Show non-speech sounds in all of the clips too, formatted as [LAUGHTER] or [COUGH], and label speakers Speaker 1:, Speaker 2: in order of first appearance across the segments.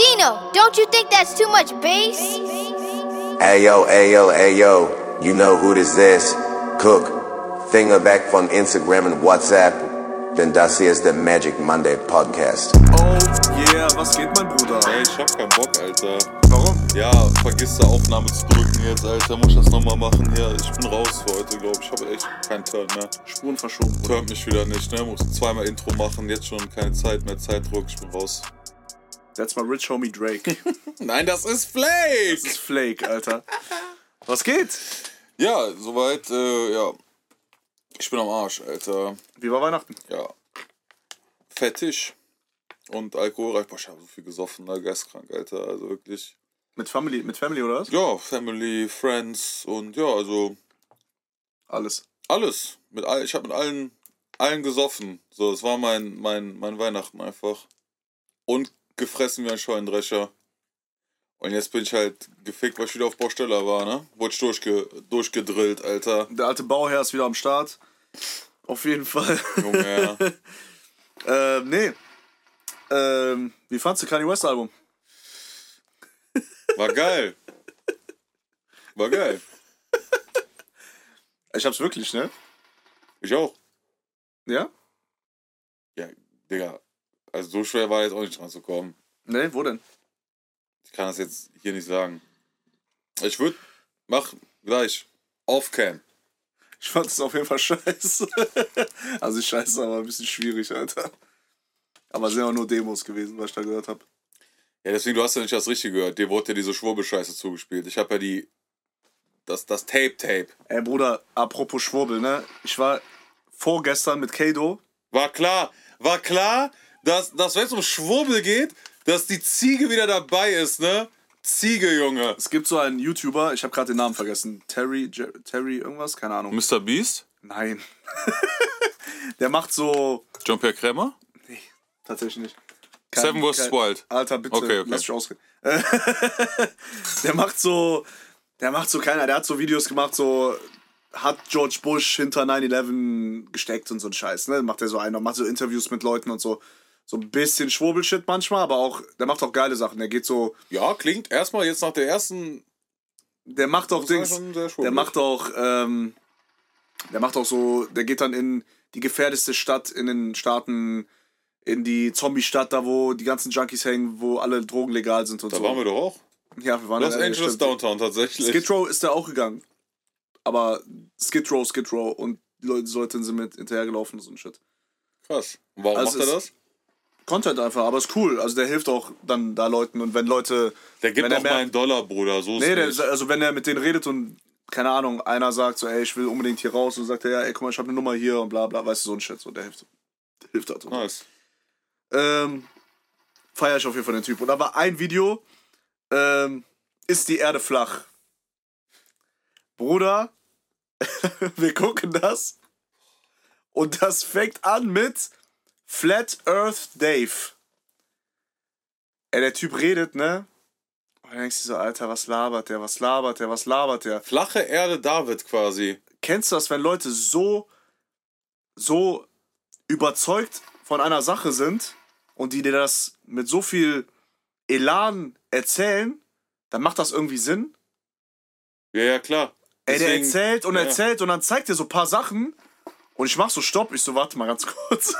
Speaker 1: Dino, don't you think that's too much bass?
Speaker 2: Ayo, ayo, ayo, you know who this is. Cook, finger back from Instagram and WhatsApp, denn das hier ist der Magic Monday Podcast.
Speaker 3: Oh yeah, was geht, mein Bruder?
Speaker 4: Ey, ich hab keinen Bock, Alter.
Speaker 3: Warum?
Speaker 4: Ja, vergiss da Aufnahme zu drücken jetzt, Alter. Muss ich das nochmal machen hier? Ich bin raus für heute, glaub ich. Ich hab echt keinen Turn mehr.
Speaker 3: Spuren verschoben. Bruder.
Speaker 4: Turnt mich wieder nicht, ne? Muss zweimal Intro machen, jetzt schon keine Zeit mehr. Zeitdruck, ich bin raus.
Speaker 3: That's my rich homie Drake.
Speaker 4: Nein, das
Speaker 3: Das
Speaker 4: ist Flake!
Speaker 3: ist Flake, Alter. Was geht?
Speaker 4: Ja, soweit, äh, ja. Ich bin am Arsch, Alter.
Speaker 3: Wie war Weihnachten?
Speaker 4: Ja. Fettig. Und alkoholreich. Boah, ich hab so viel gesoffen, ne? Geistkrank, Alter. Also wirklich.
Speaker 3: Mit Family, mit Family oder was?
Speaker 4: Ja, Family, Friends und ja, also
Speaker 3: Alles.
Speaker 4: Alles. Mit all, ich habe mit allen, allen gesoffen. So, es war mein, mein, mein Weihnachten einfach. Und gefressen wie ein Scheunendrescher. Und jetzt bin ich halt gefickt, weil ich wieder auf Baustelle war, ne? Wurde ich durchge, durchgedrillt, Alter.
Speaker 3: Der alte Bauherr ist wieder am Start. Auf jeden Fall. [LAUGHS]
Speaker 4: Junge, ja.
Speaker 3: ähm, nee. Ähm, wie fandst du Kanye West Album?
Speaker 4: War geil. War geil.
Speaker 3: Ich hab's wirklich, ne?
Speaker 4: Ich auch.
Speaker 3: Ja?
Speaker 4: Ja, Digga. Also so schwer war jetzt auch nicht dran zu kommen.
Speaker 3: Nee, wo denn?
Speaker 4: Ich kann das jetzt hier nicht sagen. Ich würde, mach gleich. Off-Cam.
Speaker 3: Ich fand es auf jeden Fall [LAUGHS] scheiße. also nicht scheiße, aber ein bisschen schwierig, Alter. Aber es sind auch nur Demos gewesen, was ich da gehört habe.
Speaker 4: Ja, deswegen, du hast ja nicht das Richtige gehört. Dir wurde ja diese Schwurbelscheiße zugespielt. Ich habe ja die. Das, das Tape-Tape.
Speaker 3: Ey, Bruder, apropos Schwurbel, ne? Ich war vorgestern mit Kado.
Speaker 4: War klar, war klar, dass, dass wenn es um Schwurbel geht, dass die Ziege wieder dabei ist, ne? Ziege, Junge.
Speaker 3: Es gibt so einen YouTuber, ich habe gerade den Namen vergessen. Terry, Jer Terry irgendwas? Keine Ahnung.
Speaker 4: Mr. Beast?
Speaker 3: Nein. [LAUGHS] Der macht so.
Speaker 4: Jean-Pierre Krämer?
Speaker 3: Nee, tatsächlich nicht. Kein-
Speaker 4: Seven vs.
Speaker 3: kein-
Speaker 4: Wild.
Speaker 3: Alter, bitte,
Speaker 4: Okay, okay.
Speaker 3: lass mich ausreden. [LAUGHS] der macht so, der macht so keiner, der hat so Videos gemacht, so hat George Bush hinter 9-11 gesteckt und so ein Scheiß, ne? Macht er so einer, macht so Interviews mit Leuten und so. So ein bisschen Schwurbelshit manchmal, aber auch, der macht auch geile Sachen. Der geht so,
Speaker 4: Ja, klingt erstmal jetzt nach der ersten.
Speaker 3: der macht auch
Speaker 4: Das war
Speaker 3: Dings,
Speaker 4: schon sehr schwurbelig.
Speaker 3: der macht auch, ähm, der macht auch so, der geht dann in die gefährlichste Stadt in den Staaten, in die Zombie-Stadt, da wo die ganzen Junkies hängen, wo alle Drogen legal sind und
Speaker 4: Da
Speaker 3: so.
Speaker 4: waren wir doch auch.
Speaker 3: ja, wir waren
Speaker 4: Los
Speaker 3: in LA,
Speaker 4: Angeles
Speaker 3: stimmt.
Speaker 4: Downtown tatsächlich.
Speaker 3: Skid Row ist da auch gegangen. Aber Skid Row, Skid Row und die Leute, die Leute sind mit hinterhergelaufen und so ein Shit.
Speaker 4: Krass. Und warum
Speaker 3: Also
Speaker 4: macht er
Speaker 3: es-
Speaker 4: das?
Speaker 3: Content einfach, aber ist cool. Also der hilft auch dann da Leuten und wenn Leute.
Speaker 4: Der gibt
Speaker 3: wenn er
Speaker 4: doch mal einen Dollar, Bruder. So ist
Speaker 3: Nee, der,
Speaker 4: nicht.
Speaker 3: also wenn er mit denen redet und, keine Ahnung, einer sagt so, ey, ich will unbedingt hier raus und sagt er, ja, ey, guck mal, ich habe eine Nummer hier und bla bla, weißt du, so ein Shit, so, der hilft, der hilft halt. so.
Speaker 4: Nice.
Speaker 3: Ähm, feier ich auf jeden Fall den Typ. Und da war ein Video, ähm, ist die Erde flach? Bruder, [LAUGHS] wir gucken das und das fängt an mit Flat Earth Dave. Ey, der Typ redet, ne? Und dann denkst du so, Alter, was labert der, was labert der, was labert der?
Speaker 4: Flache Erde David quasi.
Speaker 3: Kennst du das, wenn Leute so, so überzeugt von einer Sache sind und die dir das mit so viel Elan erzählen, dann macht das irgendwie Sinn.
Speaker 4: Ja, ja, klar.
Speaker 3: Ey, der
Speaker 4: Deswegen-
Speaker 3: erzählt und
Speaker 4: Ja.
Speaker 3: erzählt und dann zeigt er so ein paar Sachen und ich mach so Stopp. Ich so, warte mal ganz [LAUGHS] kurz.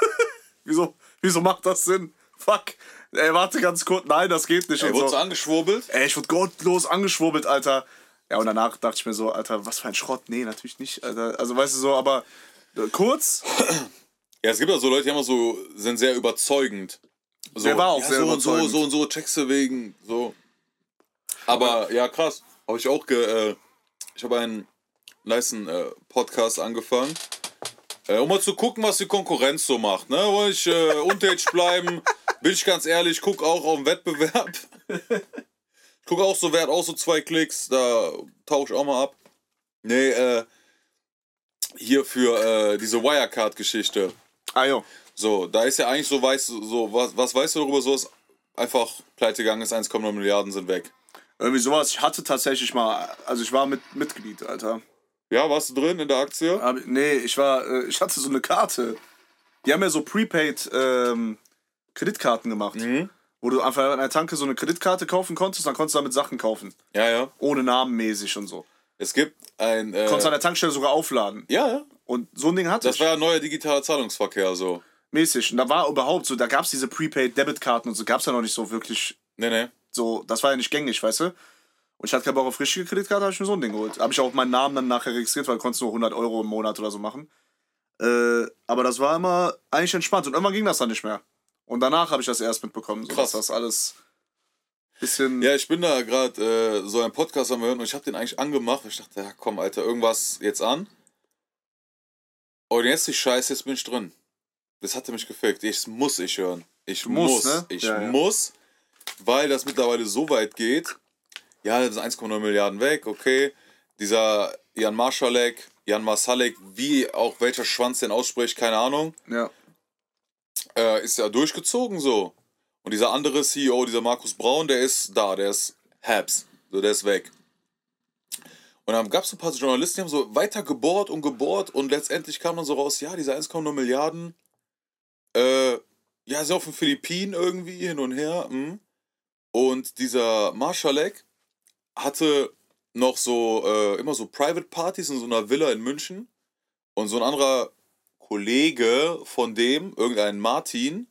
Speaker 3: wieso, wieso macht das Sinn? Fuck. Ey, warte ganz kurz. Nein, das geht nicht.
Speaker 4: Er
Speaker 3: und
Speaker 4: wurde so
Speaker 3: so.
Speaker 4: angeschwurbelt.
Speaker 3: Ey, ich wurde gottlos angeschwurbelt, Alter. Ja, und danach dachte ich mir so, Alter, was für ein Schrott. Nee, natürlich nicht, Alter. Also, weißt du so, aber äh, kurz.
Speaker 4: Ja, es gibt ja so Leute, die haben auch so, sind sehr überzeugend. So,
Speaker 3: Der war auch
Speaker 4: ja,
Speaker 3: sehr
Speaker 4: so Und
Speaker 3: überzeugend.
Speaker 4: so, so und so, checkst du wegen, so. Aber ja, krass. Habe ich auch, ge, äh, ich habe einen leisten äh, Podcast angefangen. Äh, um mal zu gucken, was die Konkurrenz so macht. Ne? Wollte ich
Speaker 3: [LAUGHS]
Speaker 4: äh, untätig bleiben, bin ich ganz ehrlich, guck auch auf den Wettbewerb. Ich guck auch so, wer hat auch so zwei Klicks, da tauche ich auch mal ab. Nee, äh, hier für äh, diese Wirecard-Geschichte.
Speaker 3: Ah, jo.
Speaker 4: So, da ist ja eigentlich so, weißt du, so was, was weißt du darüber, so ist einfach pleite gegangen ist, 1,9 Milliarden sind weg.
Speaker 3: Irgendwie sowas. Ich hatte tatsächlich mal, also ich war mit Mitglied, Alter.
Speaker 4: Ja, warst du drin in der Aktie?
Speaker 3: Aber, nee, ich war, äh, ich
Speaker 4: Mhm.
Speaker 3: hatte so eine Karte. Die haben ja so Prepaid ähm, Kreditkarten gemacht. Wo du einfach an der Tanke so eine Kreditkarte kaufen konntest, dann konntest du damit Sachen kaufen.
Speaker 4: Ja, ja.
Speaker 3: Ohne Namen mäßig und so.
Speaker 4: Es gibt ein. Äh,
Speaker 3: Konntest an der Tankstelle sogar aufladen.
Speaker 4: ja, ja.
Speaker 3: Und so ein Ding hatte
Speaker 4: Das
Speaker 3: ich.
Speaker 4: war ja neuer digitaler Zahlungsverkehr, so.
Speaker 3: mäßig. Und da war überhaupt so, da gab es diese Prepaid-Debitkarten und so, gab es ja noch nicht so wirklich
Speaker 4: Nee, nee.
Speaker 3: so, das war ja nicht gängig, weißt du? Und ich hatte keinen Bock auf richtige Kreditkarte, habe ich mir so ein Ding geholt. Habe ich auch meinen Namen dann nachher registriert, weil du konntest nur 100 Euro im Monat oder so machen. Äh, aber das war immer eigentlich entspannt und irgendwann ging das dann nicht mehr. Und danach habe ich das erst mitbekommen, so
Speaker 4: Krass.
Speaker 3: dass das alles bisschen...
Speaker 4: Ja, ich bin da gerade äh, so einen Podcast am hören und ich habe den eigentlich angemacht. Ich dachte, ja komm, Alter, irgendwas jetzt an. Oh, Und jetzt die Scheiße, jetzt bin ich drin. Das hatte mich gefickt. Ich muss ich hören. Ich muss,
Speaker 3: musst, ne?
Speaker 4: ich
Speaker 3: Ja, ja.
Speaker 4: muss, weil das mittlerweile so weit geht. Ja, das sind 1,9 Milliarden weg, okay. Dieser Jan Marschalek, Jan Masalek, wie auch welcher Schwanz den ausspricht, keine Ahnung
Speaker 3: Ja.
Speaker 4: äh, ist ja durchgezogen so. Und dieser andere CEO, dieser Markus Braun, der ist da, der ist Habs. So, der ist weg. Und dann gab es ein paar Journalisten, die haben so weiter gebohrt und gebohrt und letztendlich kam dann so raus, ja, diese 1,9 Milliarden, äh, ja, ist ja auf den Philippinen irgendwie hin und her. Hm. Und dieser Marschalek hatte noch so, äh, immer so Private Partys in so einer Villa in München. Und so ein anderer Kollege von dem, irgendein Martin,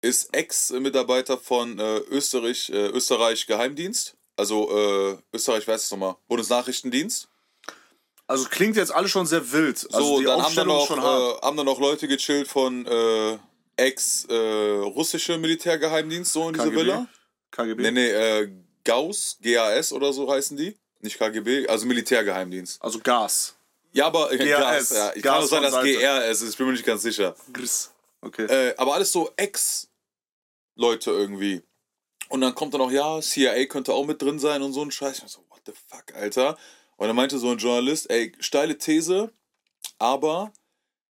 Speaker 4: ist Ex-Mitarbeiter von äh, Österreich, äh, Österreich Geheimdienst. Also äh, Österreich, weiß es nochmal, Bundesnachrichtendienst.
Speaker 3: Also klingt jetzt alles schon sehr wild.
Speaker 4: So,
Speaker 3: Also die
Speaker 4: dann haben dann,
Speaker 3: Aufstellung ist
Speaker 4: auch,
Speaker 3: schon hart.
Speaker 4: äh, haben dann auch Leute gechillt von äh, ex-russische Militärgeheimdienst, so in diese
Speaker 3: KGB?
Speaker 4: Villa.
Speaker 3: KGB?
Speaker 4: Nee, nee, äh, GAUS, GAS oder so heißen die. Nicht KGB, also Militärgeheimdienst.
Speaker 3: Also Gas.
Speaker 4: Ja, aber äh,
Speaker 3: GAS,
Speaker 4: GAS, ja. Ich
Speaker 3: GAS
Speaker 4: kann auch sein,
Speaker 3: von
Speaker 4: dass
Speaker 3: Seite.
Speaker 4: GRS ist, ich bin mir nicht ganz sicher.
Speaker 3: Griss. Okay.
Speaker 4: Äh, aber alles so Ex-Leute irgendwie. Und dann kommt dann auch, ja, CIA könnte auch mit drin sein und so ein Scheiß. Ich war so, what the fuck, Alter? Und dann meinte so ein Journalist, ey, steile These, aber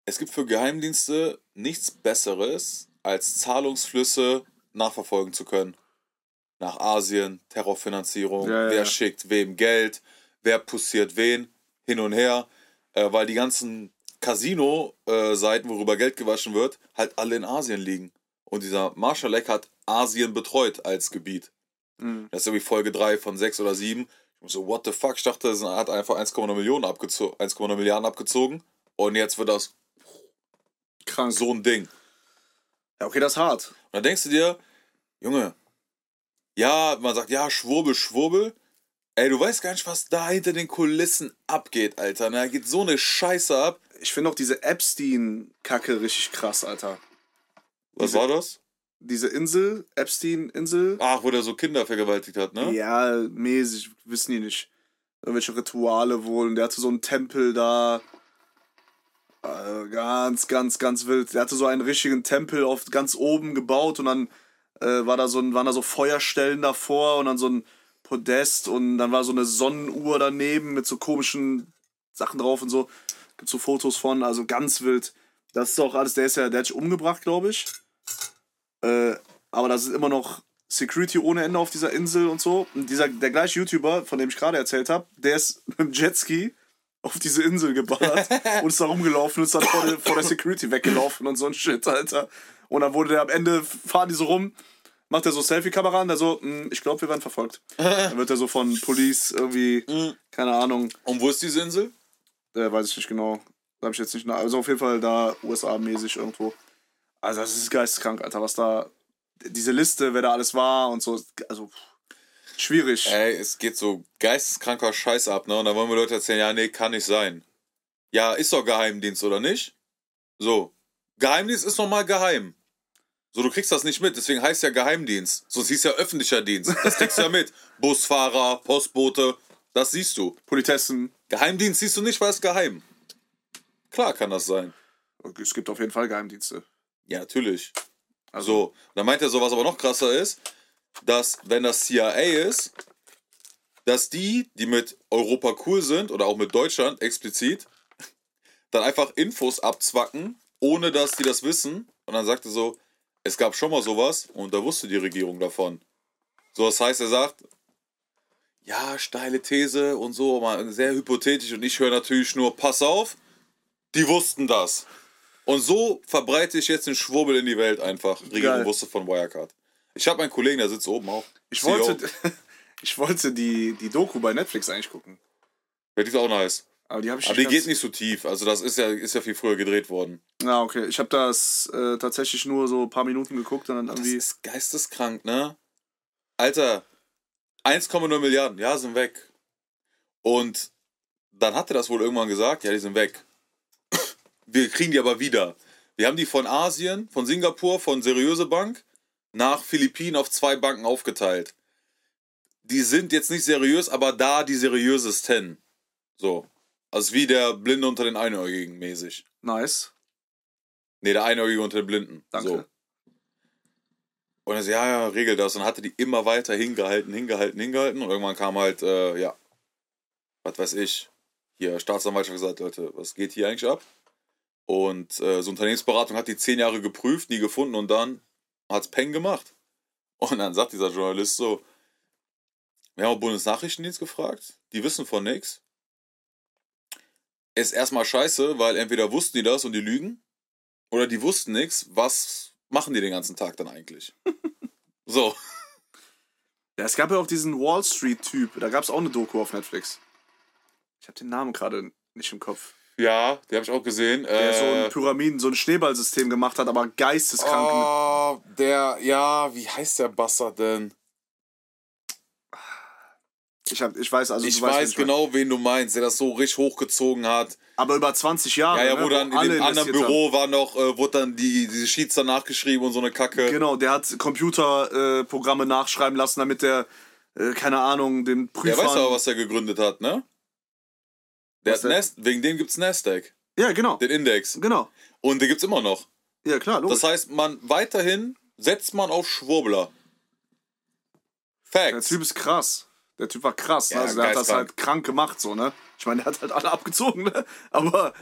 Speaker 4: es gibt für Geheimdienste nichts Besseres, als Zahlungsflüsse nachverfolgen zu können. Nach Asien, Terrorfinanzierung,
Speaker 3: Ja, ja,
Speaker 4: wer
Speaker 3: ja.
Speaker 4: schickt wem Geld, wer pussiert wen, hin und her. Äh, weil die ganzen Casino-Seiten, worüber Geld gewaschen wird, halt alle in Asien liegen. Und dieser Marschalek hat Asien betreut als Gebiet.
Speaker 3: Mhm.
Speaker 4: Das ist irgendwie Folge 3 von 6 oder 7. Ich bin so, what the fuck? Ich dachte, er hat einfach 1,9 Millionen abgezogen, 1,9 Milliarden abgezogen. Und jetzt wird das
Speaker 3: Krank.
Speaker 4: so ein Ding.
Speaker 3: Ja, okay, das ist hart.
Speaker 4: Und dann denkst du dir, Junge, ja, man sagt, ja, Schwurbel, Schwurbel. Ey, du weißt gar nicht, was da hinter den Kulissen abgeht, Alter. Na, Da geht so eine Scheiße ab.
Speaker 3: Ich finde auch diese Epstein-Kacke richtig krass, Alter.
Speaker 4: Was war das?
Speaker 3: Diese Insel, Epstein-Insel,
Speaker 4: Ach, wo der so Kinder vergewaltigt hat, ne?
Speaker 3: Ja, mäßig, wissen die nicht. Irgendwelche Rituale wohl. Und der hatte so einen Tempel da. Äh, ganz, ganz, ganz wild. Der hatte so einen richtigen Tempel auf, ganz oben gebaut und dann äh, war da so ein, waren da so Feuerstellen davor und dann so ein Podest und dann war so eine Sonnenuhr daneben mit so komischen Sachen drauf und so. Gibt so Fotos von, also ganz wild. Das ist auch alles, der ist ja, der hat sich umgebracht, glaube ich. Äh, aber da sind immer noch Security ohne Ende auf dieser Insel und so. Und dieser, der gleiche YouTuber, von dem ich gerade erzählt habe, der ist mit dem Jetski auf diese Insel geballert und ist da rumgelaufen und ist dann vor der, vor der Security weggelaufen und so ein Shit, Alter. Und dann wurde der am Ende, fahren die so rum, macht er so Selfie-Kamera an, der so, "Mm, ich glaube, wir werden verfolgt. Dann wird er so von Police irgendwie, keine Ahnung,
Speaker 4: Und wo ist diese Insel?
Speaker 3: äh, weiß ich nicht genau. Da habe ich jetzt nicht nach. Also auf jeden Fall da USA-mäßig irgendwo. Also das ist geisteskrank, Alter, was da. Diese Liste, wer da alles war und so. Also pff, schwierig.
Speaker 4: Ey, es geht so geisteskranker Scheiß ab, ne? Und dann wollen wir Leute erzählen, ja, nee, kann nicht sein. Ja, ist doch Geheimdienst, oder nicht? So. Geheimdienst ist nochmal geheim. So, du kriegst das nicht mit, deswegen heißt ja Geheimdienst. Sonst hieß ja öffentlicher Dienst. Das kriegst du ja mit. Busfahrer, Postbote, das siehst du.
Speaker 3: Politessen.
Speaker 4: Geheimdienst siehst du nicht, weil es geheim. Klar kann das sein.
Speaker 3: Es gibt auf jeden Fall Geheimdienste.
Speaker 4: Ja, natürlich. Also, und dann meint er so, was aber noch krasser ist, dass wenn das CIA ist, dass die, die mit Europa cool sind oder auch mit Deutschland explizit, dann einfach Infos abzwacken, ohne dass die das wissen. Und dann sagt er so, es gab schon mal sowas und da wusste die Regierung davon. So, das heißt, er sagt, ja, steile These und so, mal sehr hypothetisch. Und ich höre natürlich nur, pass auf, die wussten das. Und so verbreite ich jetzt den Schwurbel in die Welt einfach. Regierung
Speaker 3: Geil.
Speaker 4: wusste von Wirecard. Ich habe einen Kollegen, der sitzt oben auch. E
Speaker 3: Ich
Speaker 4: CEO.
Speaker 3: wollte, [LAUGHS] ich wollte die, die Doku bei Netflix eigentlich gucken.
Speaker 4: Ja, die ist auch nice.
Speaker 3: Aber die habe ich
Speaker 4: Aber die
Speaker 3: ganz-
Speaker 4: geht nicht so tief. Also das ist ja, ist ja viel früher gedreht worden.
Speaker 3: Ja, okay. Ich habe das äh, tatsächlich nur so ein paar Minuten geguckt und dann
Speaker 4: Das
Speaker 3: irgendwie.
Speaker 4: ist geisteskrank, ne? Alter, 1,0 Milliarden, ja, sind weg. Und dann hat er das wohl irgendwann gesagt, ja, die sind weg. Wir kriegen die aber wieder. Wir haben die von Asien, von Singapur, von seriöse Bank nach Philippinen auf zwei Banken aufgeteilt. Die sind jetzt nicht seriös, aber da die seriösesten. So. Also wie der Blinde unter den Einäugigen mäßig.
Speaker 3: nice.
Speaker 4: Nee, der Einäugige unter den Blinden.
Speaker 3: Danke.
Speaker 4: So. Und er so, ja, ja, regel das. Und hatte die immer weiter hingehalten, hingehalten, hingehalten. Und irgendwann kam halt, äh, ja, was weiß ich, hier Staatsanwaltschaft gesagt, Leute, was geht hier eigentlich ab? Und äh, so Unternehmensberatung hat die zehn Jahre geprüft, nie gefunden und dann hat's Peng gemacht. Und dann sagt dieser Journalist so, wir haben auch Bundesnachrichtendienst gefragt, die wissen von nichts. Ist erstmal scheiße, weil entweder wussten die das und die lügen, oder die wussten nichts, was machen die den ganzen Tag dann [LAUGHS] eigentlich? so.
Speaker 3: Ja, es gab ja auch diesen Wall Street-Typ. Da gab es auch eine Doku auf Netflix. Ich habe den Namen gerade nicht im Kopf.
Speaker 4: Ja, die habe ich auch gesehen.
Speaker 3: Der so
Speaker 4: Äh,
Speaker 3: ein Pyramiden, so ein Schneeballsystem gemacht hat, aber geisteskrank. mit-
Speaker 4: oh, der, ja, wie heißt der Bastard denn?
Speaker 3: Ich, hab, ich weiß also,
Speaker 4: Ich
Speaker 3: du weißt,
Speaker 4: weiß
Speaker 3: wen meine.
Speaker 4: genau, wen du meinst, der das so richtig hochgezogen hat.
Speaker 3: Aber über 20 Jahre.
Speaker 4: Ja, ja,
Speaker 3: ne,
Speaker 4: wo dann in dem anderen
Speaker 3: investiert
Speaker 4: Büro war noch, äh, wurde dann die, diese Sheets danach geschrieben und so eine Kacke.
Speaker 3: Haben. Genau, der hat Computerprogramme äh, Programme nachschreiben lassen, damit der, äh, keine Ahnung, den
Speaker 4: Der
Speaker 3: Prüfer.
Speaker 4: weiß aber, was er gegründet hat, ne? Der
Speaker 3: Was
Speaker 4: hat
Speaker 3: denn?
Speaker 4: Nest, wegen dem gibt's Nasdaq,
Speaker 3: Ja, genau.
Speaker 4: den Index.
Speaker 3: Genau.
Speaker 4: Und den gibt's immer noch.
Speaker 3: Ja, klar, logisch.
Speaker 4: Das heißt, man weiterhin setzt man auf Schwurbler.
Speaker 3: Der
Speaker 4: Facts.
Speaker 3: Typ ist krass. Der Typ war krass. Ne?
Speaker 4: Ja,
Speaker 3: Also der hat das
Speaker 4: geisteskrank.
Speaker 3: halt krank gemacht, so, ne? Ich meine, der hat halt alle abgezogen, ne? Aber,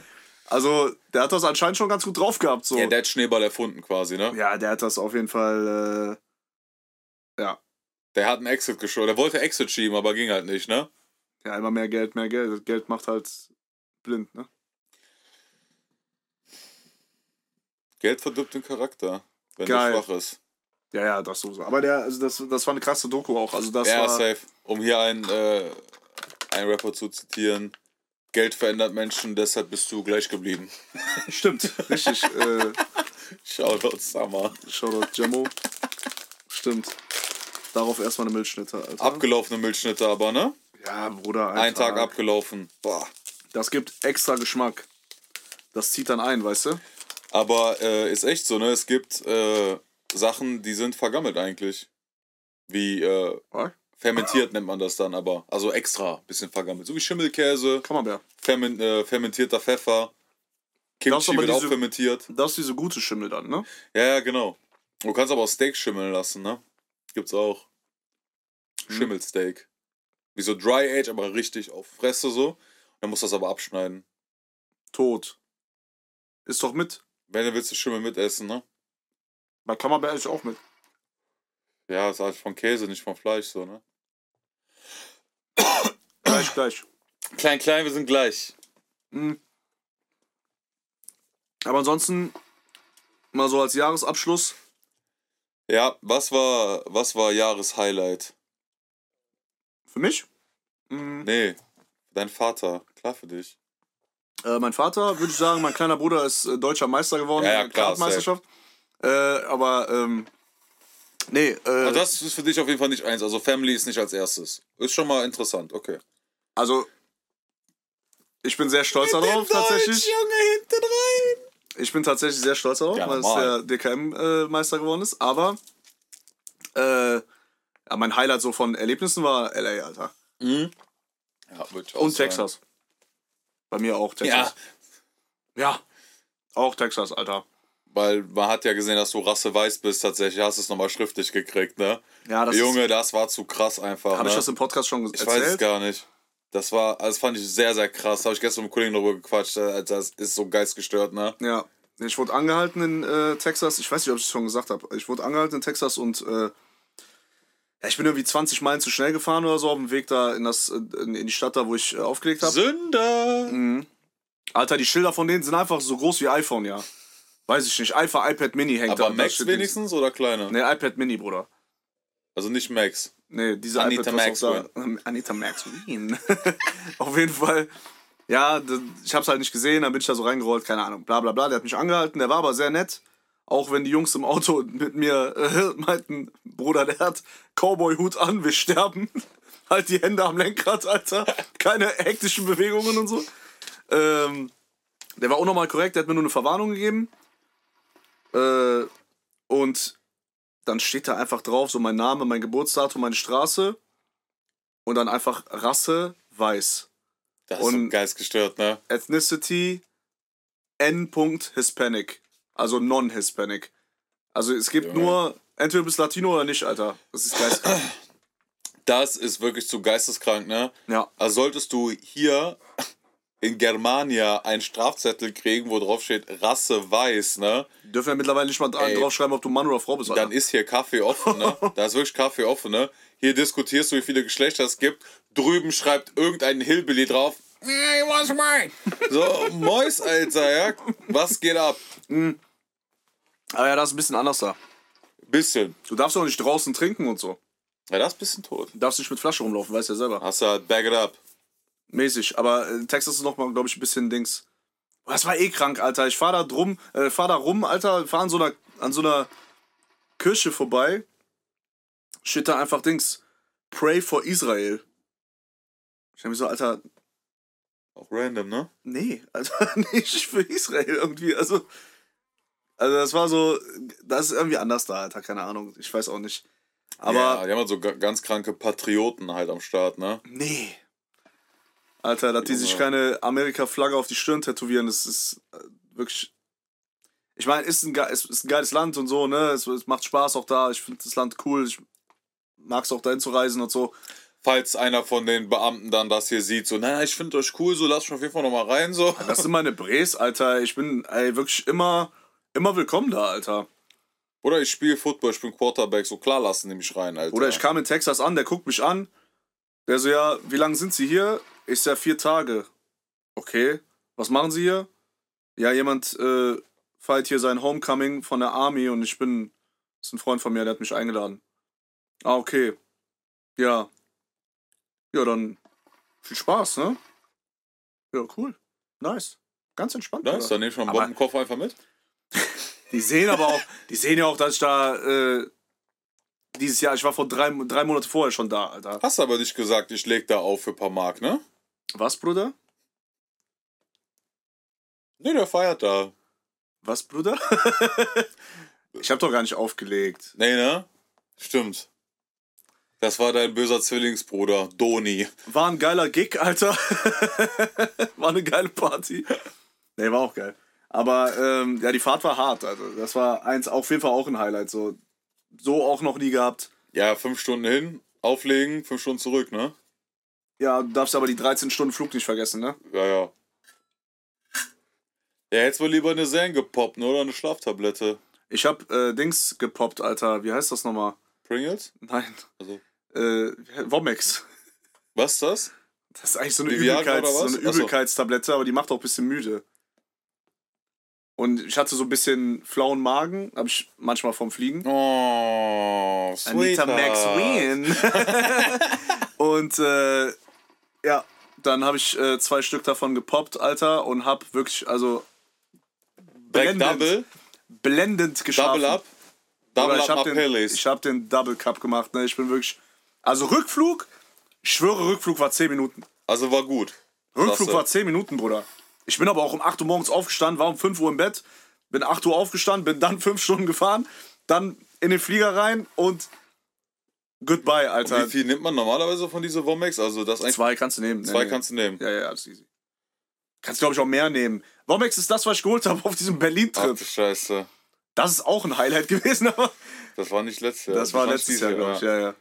Speaker 3: also, der hat das anscheinend schon ganz gut drauf gehabt, so.
Speaker 4: Ja, der hat Schneeball erfunden quasi, ne?
Speaker 3: Ja, der hat das auf jeden Fall, äh, ja.
Speaker 4: Der hat einen Exit geschoben. Der wollte Exit schieben, aber ging halt nicht, ne?
Speaker 3: Ja, immer mehr Geld, mehr Geld. Das Geld macht halt blind, ne?
Speaker 4: Geld verdirbt den Charakter, wenn
Speaker 3: Geil.
Speaker 4: der schwach ist.
Speaker 3: Ja, ja, das sowieso. Aber der, also das, das war eine krasse Doku auch. Also das
Speaker 4: ja,
Speaker 3: war,
Speaker 4: safe. Um hier einen, äh, einen Rapper zu zitieren. Geld verändert Menschen, deshalb bist du gleich geblieben. [LAUGHS]
Speaker 3: stimmt, [LAUGHS] richtig. äh,
Speaker 4: Shoutout Summer.
Speaker 3: Shoutout Jamo. Stimmt. Darauf erstmal eine Milchschnitte, Alter.
Speaker 4: Abgelaufene Milchschnitte aber, ne?
Speaker 3: ja, Bruder,
Speaker 4: Ein Tag abgelaufen. Boah.
Speaker 3: Das gibt extra Geschmack. Das zieht dann ein, weißt du?
Speaker 4: Aber äh, ist echt so, ne? Es gibt äh, Sachen, die sind vergammelt eigentlich. Wie äh,
Speaker 3: Ja,
Speaker 4: fermentiert nennt man das dann aber. Also extra bisschen vergammelt. So wie Schimmelkäse,
Speaker 3: Kammerbär.
Speaker 4: fermen, äh, fermentierter
Speaker 3: Das
Speaker 4: Pfeffer.
Speaker 3: ist
Speaker 4: Kimchi
Speaker 3: aber
Speaker 4: wird auch
Speaker 3: diese-
Speaker 4: fermentiert.
Speaker 3: Das ist diese gute Schimmel dann, ne?
Speaker 4: Ja, ja, genau. Du kannst aber auch Steak schimmeln lassen, ne? Gibt's auch. Mhm. Schimmelsteak. Wie so Dry Age, aber richtig auf Fresse so. Dann musst du das aber abschneiden.
Speaker 3: Tot. Ist doch mit.
Speaker 4: Wenn du willst, du Schimmel mitessen, ne?
Speaker 3: Bei Kammerbär ist auch mit.
Speaker 4: Ja, ist halt von Käse, nicht von Fleisch so, ne?
Speaker 3: Gleich, gleich.
Speaker 4: Klein, klein, wir sind gleich.
Speaker 3: Aber ansonsten, mal so als Jahresabschluss,
Speaker 4: Ja, was war, was war Jahreshighlight?
Speaker 3: für mich, mh,
Speaker 4: Nee, dein Vater. Klar für dich.
Speaker 3: äh, mein Vater, würde ich sagen, mein kleiner Bruder ist äh, deutscher Meister geworden
Speaker 4: Ja, ja,
Speaker 3: in der
Speaker 4: klar,
Speaker 3: Kartmeisterschaft. Äh, aber, ähm, nee, äh,
Speaker 4: Also das ist für dich auf jeden Fall nicht eins. Also Family ist nicht als erstes. Ist schon mal interessant, okay.
Speaker 3: also, ich bin sehr stolz darauf, tatsächlich.
Speaker 4: Junge, hinten rein.
Speaker 3: Ich bin tatsächlich sehr stolz darauf,
Speaker 4: Ja,
Speaker 3: weil es der
Speaker 4: normal.
Speaker 3: DKM-Meister geworden ist. Aber äh, ja, mein Highlight so von Erlebnissen war LA, Alter.
Speaker 4: Ja, würd ich auch
Speaker 3: Und
Speaker 4: sagen.
Speaker 3: Texas. Bei mir auch
Speaker 4: Ja,
Speaker 3: Texas. Ja. Auch Texas, Alter.
Speaker 4: weil man hat ja gesehen, dass du Rasse weiß bist tatsächlich. Hast es nochmal schriftlich gekriegt, ne?
Speaker 3: Ja, das
Speaker 4: Junge, das war zu krass einfach.
Speaker 3: Habe
Speaker 4: ne?
Speaker 3: ich das im Podcast schon
Speaker 4: Ich
Speaker 3: erzählt?
Speaker 4: weiß es gar nicht. Das war, also das fand ich sehr, sehr krass. Habe ich gestern mit einem Kollegen darüber gequatscht. Äh, Das ist so geistgestört, ne?
Speaker 3: Ja. Ich wurde angehalten in äh, Texas. Ich weiß nicht, ob ich es schon gesagt habe. Ich wurde angehalten in Texas und äh, ja, ich bin irgendwie 20 Meilen zu schnell gefahren oder so auf dem Weg da in, das, äh, in in die Stadt da, wo ich äh, aufgelegt habe.
Speaker 4: Sünder!
Speaker 3: Alter, die Schilder von denen sind einfach so groß wie iPhone, ja. Weiß ich nicht. Einfach iPad Mini hängt da.
Speaker 4: Aber
Speaker 3: Da
Speaker 4: Max
Speaker 3: steht
Speaker 4: wenigstens oder kleiner?
Speaker 3: links- Nee, iPad Mini, Bruder.
Speaker 4: Also nicht Max.
Speaker 3: Nee, diese
Speaker 4: Anita
Speaker 3: iPad, was auch da- Ähm, Anita Maxwin. [LAUGHS] Auf jeden Fall. Ja, d- ich hab's halt nicht gesehen, dann bin ich da so reingerollt, keine Ahnung, bla bla bla. Der hat mich angehalten, der war aber sehr nett. Auch wenn die Jungs im Auto mit mir äh, [LAUGHS] meinten, Bruder, der hat Cowboy-Hut an, wir sterben. [LAUGHS] halt die Hände am Lenkrad, Alter. Keine hektischen Bewegungen und so. Ähm, der war auch nochmal korrekt, der hat mir nur eine Verwarnung gegeben. Äh, und dann steht da einfach drauf, so mein Name, mein Geburtsdatum, meine Straße und dann einfach Rasse weiß.
Speaker 4: Das ist so
Speaker 3: Und-
Speaker 4: geistgestört, ne?
Speaker 3: Ethnicity N. Hispanic. Also non-Hispanic. Also es gibt
Speaker 4: Junge.
Speaker 3: nur, entweder du bist Latino oder nicht, Alter. Das ist
Speaker 4: [CLEARS THROAT]
Speaker 3: geil.
Speaker 4: Das ist wirklich zu geisteskrank, ne?
Speaker 3: ja.
Speaker 4: Also solltest du hier in Germania einen Strafzettel kriegen, wo drauf steht Rasse weiß, ne?
Speaker 3: Dürfen ja mittlerweile nicht mal
Speaker 4: Ey.
Speaker 3: draufschreiben, ob du Mann oder Frau bist, Alter.
Speaker 4: Dann ist hier Kaffee offen,
Speaker 3: [LAUGHS]
Speaker 4: ne? Da ist wirklich Kaffee offen, ne? Hier diskutierst du, wie viele Geschlechter es gibt. Drüben schreibt irgendein Hillbilly drauf. "Hey, what's mine?" So, Mois, Alter, ja? Was geht ab?
Speaker 3: Aber ja, das ist ein bisschen anders da.
Speaker 4: Bisschen.
Speaker 3: Du darfst auch nicht draußen trinken und so.
Speaker 4: Ja, das ist ein bisschen tot.
Speaker 3: Du darfst nicht mit Flasche rumlaufen, weißt ja selber.
Speaker 4: Hast du halt Bag It Up.
Speaker 3: mäßig. Aber äh, Texas ist nochmal, glaube ich, ein bisschen Dings. Boah, Das war eh krank, Alter. Ich fahr da drum, äh, fahr da rum, Alter, fahr an so einer, an so einer Kirche vorbei. Steht da einfach Dings. Pray for Israel. Ich hab mich so, Alter,
Speaker 4: Auch random, ne?
Speaker 3: nee, [LAUGHS] Alter, nicht für Israel irgendwie. Also, also das war so, das ist irgendwie anders da, Alter, keine Ahnung. Ich weiß auch nicht. Aber
Speaker 4: ja, die haben halt so ga- ganz kranke Patrioten halt am Start, ne?
Speaker 3: Nee. Alter, dass die
Speaker 4: Junge.
Speaker 3: sich keine Amerika-Flagge auf die Stirn tätowieren, das ist äh, wirklich. Ich meine, ist ein, ge- ist, ist ein geiles Land und so, ne? Es, es macht Spaß auch da. Ich finde das Land cool. Ich mag es auch dahin zu reisen und so.
Speaker 4: Falls einer von den Beamten dann das hier sieht, so, naja, ich finde euch cool, so lasst mich auf jeden Fall nochmal rein, so.
Speaker 3: Das sind meine Brees, Alter. Ich bin ey, wirklich immer, immer willkommen da, Alter.
Speaker 4: Oder ich spiele Football, ich bin Quarterback, so klar lassen die mich rein, Alter.
Speaker 3: Oder ich kam in Texas an, der guckt mich an. Der so, ja, wie lange sind Sie hier? Ich sag, vier Tage. Okay, was machen Sie hier? Ja, jemand äh, feiert hier sein Homecoming von der Army und ich bin, das ist ein Freund von mir, der hat mich eingeladen. Ah, okay. Ja. Ja, dann viel Spaß, ne? Ja, cool. Nice. Ganz entspannt.
Speaker 4: Nice,
Speaker 3: Bruder.
Speaker 4: Ne? dann nehme ich meinen
Speaker 3: Aber-
Speaker 4: Bombenkopf einfach mit.
Speaker 3: Die sehen aber auch, die sehen ja auch, dass ich da äh, dieses Jahr, ich war vor drei, drei Monate vorher schon da, Alter.
Speaker 4: Hast aber nicht gesagt, ich leg da auf für ein paar Mark, ne?
Speaker 3: Was, Bruder?
Speaker 4: Nee, Ne, der feiert da.
Speaker 3: Was, Bruder? [LAUGHS] ich habe doch gar nicht aufgelegt.
Speaker 4: Nee, ne? Stimmt. Das war dein böser Zwillingsbruder, Doni.
Speaker 3: War ein geiler Gig, Alter. [LAUGHS] war eine geile Party. Nee, war auch geil. Aber ähm, ja, die Fahrt war hart. Also das war eins auf jeden Fall auch ein Highlight. So, so auch noch nie gehabt.
Speaker 4: Ja, fünf Stunden hin, auflegen, fünf Stunden zurück, ne?
Speaker 3: Ja, du darfst aber die 13 Stunden Flug nicht vergessen, ne?
Speaker 4: Ja, ja. Ja, hättest wohl lieber eine Zen gepoppt, ne? Oder eine Schlaftablette.
Speaker 3: Ich hab äh, Dings gepoppt, Alter. Wie heißt das nochmal?
Speaker 4: Pringles?
Speaker 3: Nein.
Speaker 4: Also,
Speaker 3: Äh, Womex.
Speaker 4: was ist das?
Speaker 3: Das ist eigentlich so eine,
Speaker 4: Die Viagra
Speaker 3: Übelkeits,
Speaker 4: oder was?
Speaker 3: so eine
Speaker 4: Ach so.
Speaker 3: Übelkeitstablette, aber die macht auch ein bisschen müde. Und ich hatte so ein bisschen flauen Magen, habe ich manchmal vom Fliegen.
Speaker 4: Oh,
Speaker 3: Anita
Speaker 4: sweetheart.
Speaker 3: Max Wien.
Speaker 4: [LAUGHS]
Speaker 3: und äh, ja, dann habe ich äh, zwei Stück davon gepoppt, Alter, und habe wirklich, also
Speaker 4: Back
Speaker 3: Blendend.
Speaker 4: Double,
Speaker 3: blendend geschlafen.
Speaker 4: Double Up,
Speaker 3: Oder
Speaker 4: Double
Speaker 3: ich
Speaker 4: Up
Speaker 3: habe den,
Speaker 4: Appellis.
Speaker 3: ich hab den Double Cup gemacht, ne? Ich bin wirklich. Also Rückflug, ich schwöre, Rückflug war 10 Minuten.
Speaker 4: Also war gut.
Speaker 3: Rückflug
Speaker 4: Klasse.
Speaker 3: war 10 Minuten, Bruder. Ich bin aber auch um 8 Uhr morgens aufgestanden, war um 5 Uhr im Bett, bin 8 Uhr aufgestanden, bin dann [LAUGHS] 5 Stunden gefahren, dann in den Flieger rein und goodbye, Alter.
Speaker 4: Wie viel nimmt man normalerweise von dieser Womex? Also das eigentlich zwei,
Speaker 3: halt. Zwei kannst du nehmen. Nee, nee.
Speaker 4: kannst du nehmen.
Speaker 3: Ja, ja, alles easy. Kannst, glaube ich, auch mehr nehmen. Womex ist das, was ich geholt habe auf diesem
Speaker 4: Ach
Speaker 3: Berlin-Trip.
Speaker 4: du Scheiße.
Speaker 3: Das ist auch ein Highlight [LAUGHS] gewesen, aber
Speaker 4: Das war nicht letztes Jahr.
Speaker 3: das war
Speaker 4: nicht
Speaker 3: letztes
Speaker 4: dieses
Speaker 3: Jahr, glaube ich. Ja, ja.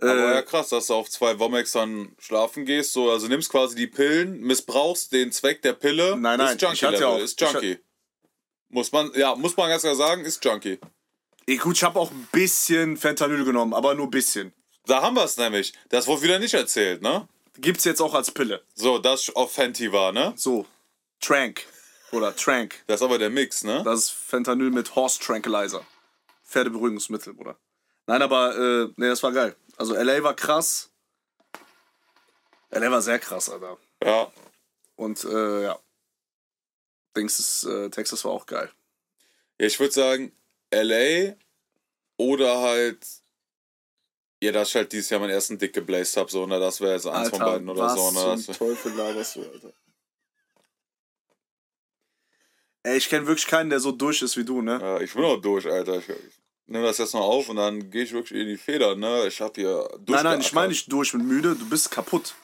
Speaker 4: Aber
Speaker 3: Äh,
Speaker 4: ja krass, dass du auf zwei Womex dann schlafen gehst. So, also nimmst quasi die Pillen, missbrauchst den Zweck der Pille.
Speaker 3: Nein, nein,
Speaker 4: Ist Junkie
Speaker 3: ich hatte
Speaker 4: Level,
Speaker 3: auch-
Speaker 4: Ist Junkie. Muss man, ja, muss man ganz klar sagen, ist Junkie.
Speaker 3: eh, gut, ich habe auch ein bisschen Fentanyl genommen, aber nur ein bisschen.
Speaker 4: Da haben wir es nämlich. Das wurde wieder nicht erzählt, ne?
Speaker 3: Gibt's jetzt auch als Pille.
Speaker 4: So, das auf Fenty war, ne?
Speaker 3: So, Trank. Oder Trank.
Speaker 4: Das ist aber der Mix, ne?
Speaker 3: Das ist Fentanyl mit Horse Tranquilizer. Pferdeberuhigungsmittel, Bruder. Nein, aber äh, nee, das war geil. Also LA war krass. LA war sehr krass, Alter.
Speaker 4: Ja.
Speaker 3: Und äh, ja. Dings ist, äh, Texas war auch geil.
Speaker 4: Ja, ich würde sagen, LA oder halt. Ja, das ist halt dieses Jahr meinen ersten Dick geblazed hab, so, ne? Das wäre jetzt eins von
Speaker 3: Alter,
Speaker 4: beiden oder
Speaker 3: was
Speaker 4: so, ne? Das
Speaker 3: zum
Speaker 4: [LAUGHS] wär-
Speaker 3: Teufel laberst du, Alter. Ey, ich kenne wirklich keinen, der so durch ist wie du, ne?
Speaker 4: Ja, ich bin auch durch, Alter. Ich, ich nehme das jetzt noch auf und dann gehe ich wirklich in die Feder, ne? Ich hab hier
Speaker 3: Nein, nein, ich meine nicht durch mit müde, du bist kaputt.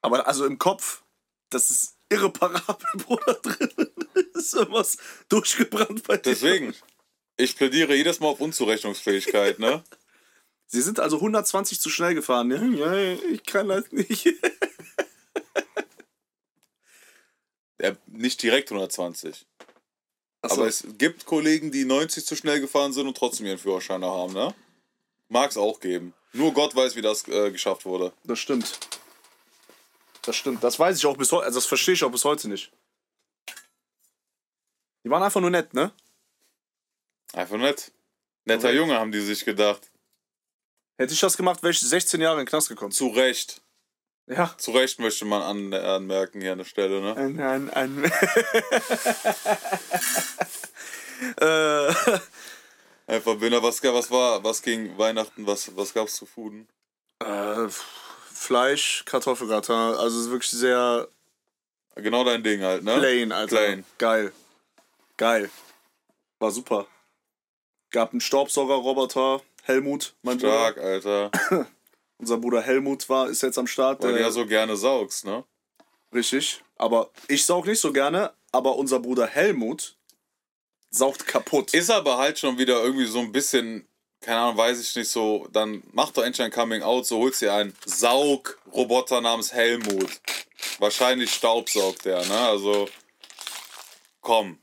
Speaker 3: Aber also im Kopf, das ist irreparabel, [LAUGHS] Bruder, drin. ist irgendwas durchgebrannt bei dir.
Speaker 4: Deswegen, ich plädiere jedes Mal auf
Speaker 3: [LAUGHS]
Speaker 4: Unzurechnungsfähigkeit, ne?
Speaker 3: Sie sind also 120 zu schnell gefahren. Ja, ja ich kann das nicht. [LAUGHS]
Speaker 4: Ja, nicht direkt 120.
Speaker 3: Achso,
Speaker 4: Aber es gibt Kollegen, die 90 zu schnell gefahren sind und trotzdem ihren Führerschein noch haben, ne? Mag's auch geben. Nur Gott weiß, wie das äh, geschafft wurde.
Speaker 3: das stimmt. Das stimmt. Das weiß ich auch bis heute, also das verstehe ich auch bis heute nicht. Die waren einfach nur nett, ne?
Speaker 4: Einfach nett. Netter Junge, haben die sich gedacht.
Speaker 3: Hätte ich das gemacht, wäre ich 16 Jahre in den Knast gekommen.
Speaker 4: Zu Recht.
Speaker 3: Ja.
Speaker 4: Zu Recht möchte man an, anmerken hier an der Stelle, ne?
Speaker 3: Ein, ein, ein. [LAUGHS] äh,
Speaker 4: Einfach Binder, was, ga- was war, was ging Weihnachten, was, was gab's zu Fuden?
Speaker 3: äh, Fleisch, Kartoffelgratin. Also es ist wirklich sehr
Speaker 4: Genau dein Ding halt, ne?
Speaker 3: Plain, Alter.
Speaker 4: Plain.
Speaker 3: Geil. Geil. War super. Gab einen Staubsaugerroboter, Helmut, mein Bruder.
Speaker 4: Stark, Alter.
Speaker 3: Unser Bruder Helmut war, ist jetzt am Start.
Speaker 4: Weil du
Speaker 3: äh,
Speaker 4: ja so gerne saugst, ne?
Speaker 3: Richtig. Aber ich saug nicht so gerne, aber unser Bruder Helmut saugt kaputt.
Speaker 4: Ist aber halt schon wieder irgendwie so ein bisschen, keine Ahnung, weiß ich nicht so, dann mach doch endlich ein Coming Out, so holst dir einen Saugroboter namens Helmut. Wahrscheinlich staubsaugt der, ne? Also, komm.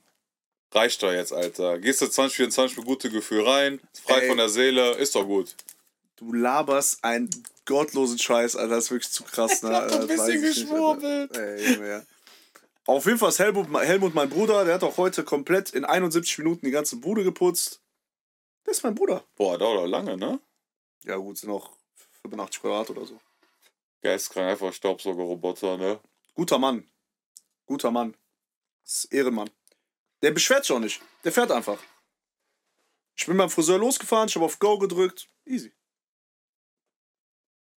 Speaker 4: Reicht doch jetzt, Alter. Gehst du 2024 mit gutem Gefühl rein, ist frei
Speaker 3: Ey.
Speaker 4: von der Seele, ist doch gut.
Speaker 3: du laberst einen gottlosen Scheiß, Alter. Das ist wirklich zu krass, ne?
Speaker 4: hab doch ein
Speaker 3: Das weiß
Speaker 4: bisschen
Speaker 3: ich nicht, Alter.
Speaker 4: geschwurbelt.
Speaker 3: Ey, Junge, ja. Auf jeden Fall ist Helmut, Helmut mein Bruder. Der hat auch heute komplett in 71 Minuten die ganze Bude geputzt. Das ist mein Bruder.
Speaker 4: Boah, dauert doch lange, ne?
Speaker 3: Ja, gut, sind auch 85 Quadrat oder so.
Speaker 4: Geistkrank, einfach Staubsaugerroboter, ne?
Speaker 3: Guter Mann. Guter Mann. Das ist Ehrenmann. Der beschwert sich auch nicht. Der fährt einfach. Ich bin beim Friseur losgefahren, ich habe auf Go gedrückt. Easy.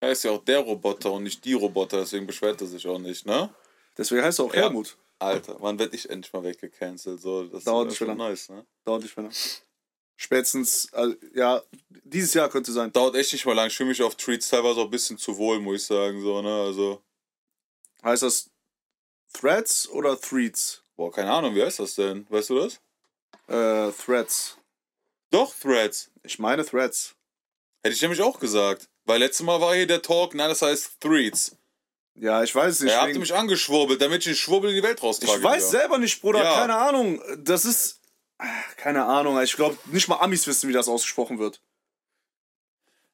Speaker 4: Er ist ja auch der Roboter und nicht die Roboter, deswegen beschwert er sich auch nicht, ne?
Speaker 3: Deswegen heißt er auch
Speaker 4: Ja.
Speaker 3: Helmut.
Speaker 4: Alter, wann werd ich endlich mal weggecancelt? So, das
Speaker 3: Dauert
Speaker 4: wär
Speaker 3: nicht
Speaker 4: schon
Speaker 3: mehr lang.
Speaker 4: nice, ne?
Speaker 3: Dauert nicht mehr lang. Spätestens, also, ja, dieses Jahr könnte sein.
Speaker 4: Dauert echt nicht mal lang. Ich fühle mich auf Treats teilweise auch ein bisschen zu wohl, muss ich sagen, so, ne? Also,
Speaker 3: Heißt das Threads oder Threads?
Speaker 4: boah, keine Ahnung, wie heißt das denn? Weißt du das?
Speaker 3: Äh, Threads.
Speaker 4: Doch, Threads.
Speaker 3: Ich meine Threads.
Speaker 4: Hätte ich nämlich auch gesagt. Weil letztes Mal war hier der Talk, nein, das heißt Threads.
Speaker 3: Ja, ich weiß nicht.
Speaker 4: Er hat
Speaker 3: wegen-
Speaker 4: mich angeschwurbelt, damit ich den Schwurbel in die Welt raustrage.
Speaker 3: Ich weiß
Speaker 4: wieder.
Speaker 3: selber nicht, Bruder.
Speaker 4: Ja.
Speaker 3: Keine Ahnung. Das ist. Ach, Keine Ahnung. Ich glaube, nicht mal Amis wissen, wie das ausgesprochen wird.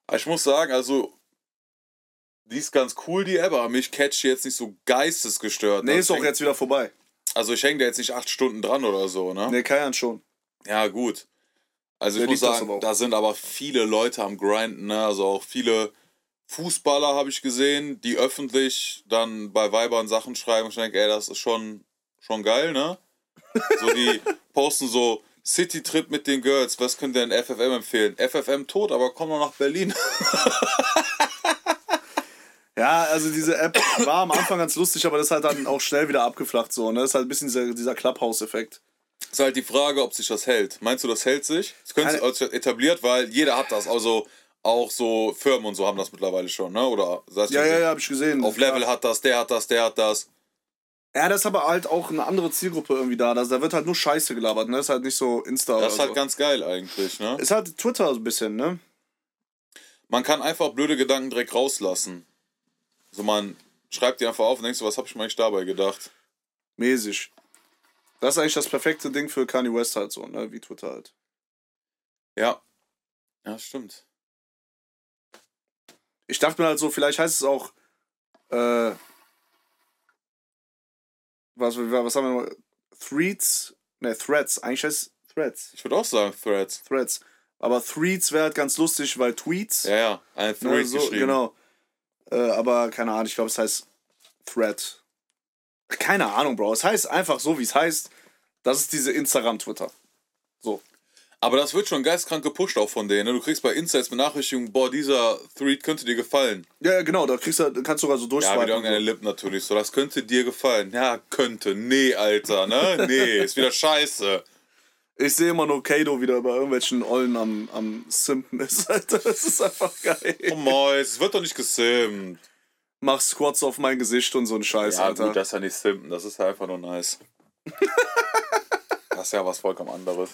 Speaker 4: Aber Ich muss sagen, also, die ist ganz cool, die App, aber mich catcht die jetzt nicht so geistesgestört.
Speaker 3: Nee,
Speaker 4: ne?
Speaker 3: ist auch
Speaker 4: Deswegen-
Speaker 3: jetzt wieder vorbei.
Speaker 4: Also ich hänge da jetzt nicht acht Stunden dran oder so, ne?
Speaker 3: Nee, Kajan schon.
Speaker 4: Ja, gut. Also ich
Speaker 3: Der
Speaker 4: muss
Speaker 3: liebt das aber
Speaker 4: sagen,
Speaker 3: auch.
Speaker 4: da sind aber viele Leute am Grinden, ne? Also auch viele Fußballer habe ich gesehen, die öffentlich dann bei Weibern Sachen schreiben. Ich denke, ey, das ist schon, schon geil, ne? So
Speaker 3: [LAUGHS]
Speaker 4: die posten so City-Trip mit den Girls, was könnt ihr denn FFM empfehlen? FFM tot, aber komm doch nach Berlin.
Speaker 3: Ja, also diese App war am Anfang ganz lustig, aber das ist halt dann auch schnell wieder abgeflacht so. Ne? Das ist halt ein bisschen dieser, dieser Clubhouse-Effekt.
Speaker 4: Ist halt die Frage, ob sich das hält. Meinst du, das hält sich? Das könnte
Speaker 3: Keine-
Speaker 4: sich also etabliert, weil jeder hat das. Also auch so Firmen und so haben das mittlerweile schon, ne? Oder sagst du,
Speaker 3: Ja, ja, ja, hab ich gesehen.
Speaker 4: auf Level hat das, der hat das, der hat das.
Speaker 3: Ja, das ist aber halt auch eine andere Zielgruppe irgendwie da. Das, da wird halt nur Scheiße gelabert. Ne? Das ist halt nicht so Insta
Speaker 4: Das ist
Speaker 3: oder
Speaker 4: halt
Speaker 3: so.
Speaker 4: ganz geil eigentlich, ne?
Speaker 3: ist halt Twitter so ein bisschen, ne?
Speaker 4: Man kann einfach blöde Gedanken direkt rauslassen. So man schreibt die einfach auf und denkst so, was hab ich mir eigentlich dabei gedacht?
Speaker 3: Mäßig. Das ist eigentlich das perfekte Ding für Kanye West halt so, ne? Wie Twitter halt.
Speaker 4: Ja. Ja, stimmt.
Speaker 3: Ich dachte mir halt so, vielleicht heißt es auch, äh, was, was haben wir noch? Threads? Ne, Threads. Eigentlich heißt es Threads.
Speaker 4: Ich würde auch sagen Threads.
Speaker 3: Threads. Aber Threads wäre halt ganz lustig, weil Tweets.
Speaker 4: Ja, ja, ein
Speaker 3: ne,
Speaker 4: Thread
Speaker 3: so,
Speaker 4: geschrieben.
Speaker 3: Genau. Äh, aber keine Ahnung, ich glaube, es heißt Thread. Keine Ahnung, Bro. Es heißt einfach so, wie es heißt. Das ist diese Instagram-Twitter. So.
Speaker 4: Aber das wird schon geistkrank gepusht auch von denen. ne? Du kriegst bei Insights Benachrichtigungen, boah, dieser Thread könnte dir gefallen.
Speaker 3: Ja, ja, genau, da kriegst du, kannst du sogar so
Speaker 4: Ja, wieder
Speaker 3: durchswipen.
Speaker 4: irgendeine Lip natürlich so. Das könnte dir gefallen. Ja, könnte. Nee, Alter, ne? Nee, ist wieder scheiße.
Speaker 3: ich sehe immer nur Kado wieder bei irgendwelchen Ollen am, am Simpen [LAUGHS] ist, Alter. Das ist einfach
Speaker 4: Oh
Speaker 3: geil.
Speaker 4: Mois, es wird doch nicht gesimmt.
Speaker 3: Mach Squats auf mein Gesicht und so ein Scheiß,
Speaker 4: Ja,
Speaker 3: Alter.
Speaker 4: gut, das ist ja nicht simpen, das ist ja einfach nur nice. das ist ja was vollkommen anderes.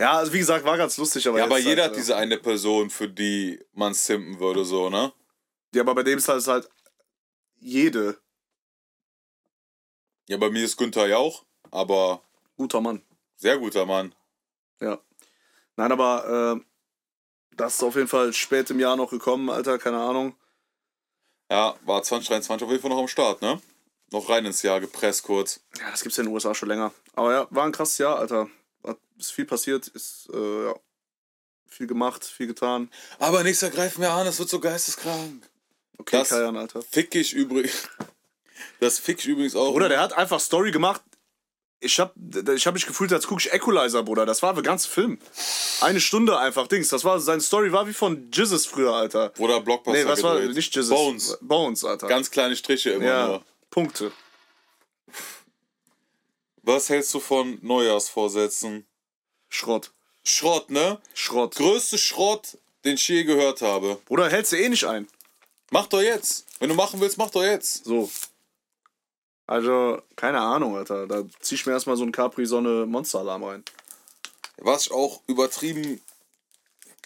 Speaker 3: ja, also wie gesagt, war ganz lustig, aber
Speaker 4: Ja,
Speaker 3: jetzt
Speaker 4: aber jeder
Speaker 3: halt,
Speaker 4: hat
Speaker 3: äh,
Speaker 4: diese eine Person, für die man simpen würde, so, ne?
Speaker 3: Ja, aber bei dem ist halt, ist halt jede.
Speaker 4: Ja, bei mir ist Günther Jauch, aber
Speaker 3: Guter Mann.
Speaker 4: sehr guter Mann.
Speaker 3: Ja. Nein, aber äh, das ist auf jeden Fall spät im Jahr noch gekommen, Alter, keine Ahnung.
Speaker 4: Ja, war 2023 auf jeden Fall noch am Start, ne? Noch rein ins Jahr gepresst kurz.
Speaker 3: Ja, das gibt's ja in den USA schon länger. Aber ja, war ein krasses Jahr, Alter. Hat, ist viel passiert, ist äh, ja, viel gemacht, viel getan.
Speaker 4: Aber nächstes Jahr greifen wir an, das wird so geisteskrank.
Speaker 3: Okay,
Speaker 4: Das-
Speaker 3: Kajan, Alter.
Speaker 4: Fick ich übrigens. [LAUGHS] Das fick ich übrigens auch.
Speaker 3: Bruder, der hat einfach Story gemacht. Ich hab, ich hab mich gefühlt, als gucke ich Equalizer, Bruder. Das war der ganze Film. Eine Stunde einfach, Dings. Das war, seine Story war wie von Jizzes früher, Alter.
Speaker 4: Bruder Blockbuster.
Speaker 3: nee, was war,
Speaker 4: gedreht.
Speaker 3: nicht Jizzes.
Speaker 4: Bones.
Speaker 3: Bones, Alter.
Speaker 4: Ganz kleine Striche immer
Speaker 3: ja,
Speaker 4: nur.
Speaker 3: Punkte.
Speaker 4: Was hältst du von Neujahrsvorsätzen?
Speaker 3: Schrott.
Speaker 4: Schrott, ne?
Speaker 3: Schrott.
Speaker 4: Größte Schrott, den ich je gehört habe.
Speaker 3: Bruder, hältst du eh nicht ein.
Speaker 4: Mach doch jetzt. Wenn du machen willst, mach doch jetzt.
Speaker 3: So. Also, keine Ahnung, Alter. Da zieh ich mir erstmal so einen Capri-Sonne-Monster-Alarm rein.
Speaker 4: Was ich auch übertrieben.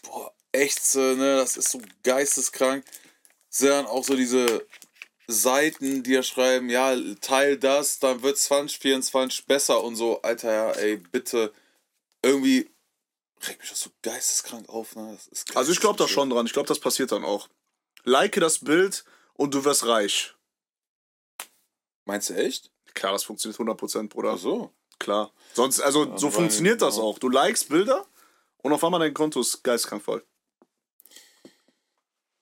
Speaker 4: Boah, echt, so, ne? Das ist so geisteskrank. Sind dann auch so diese Seiten, die ja schreiben, ja, teil das, dann wird 2024 besser und so. Alter, ja, ey, bitte. Irgendwie regt mich das so geisteskrank auf, ne? Das ist
Speaker 3: Also, ich glaube da
Speaker 4: geisteskrank.
Speaker 3: schon dran. Ich glaube, das passiert dann auch. Like das Bild und du wirst reich.
Speaker 4: Meinst du echt?
Speaker 3: Klar, das funktioniert 100%, Bruder.
Speaker 4: Ach so.
Speaker 3: Klar. Sonst, also, so
Speaker 4: weil,
Speaker 3: funktioniert das
Speaker 4: ja.
Speaker 3: auch. Du likest Bilder und auf einmal dein Konto ist geistkrank voll.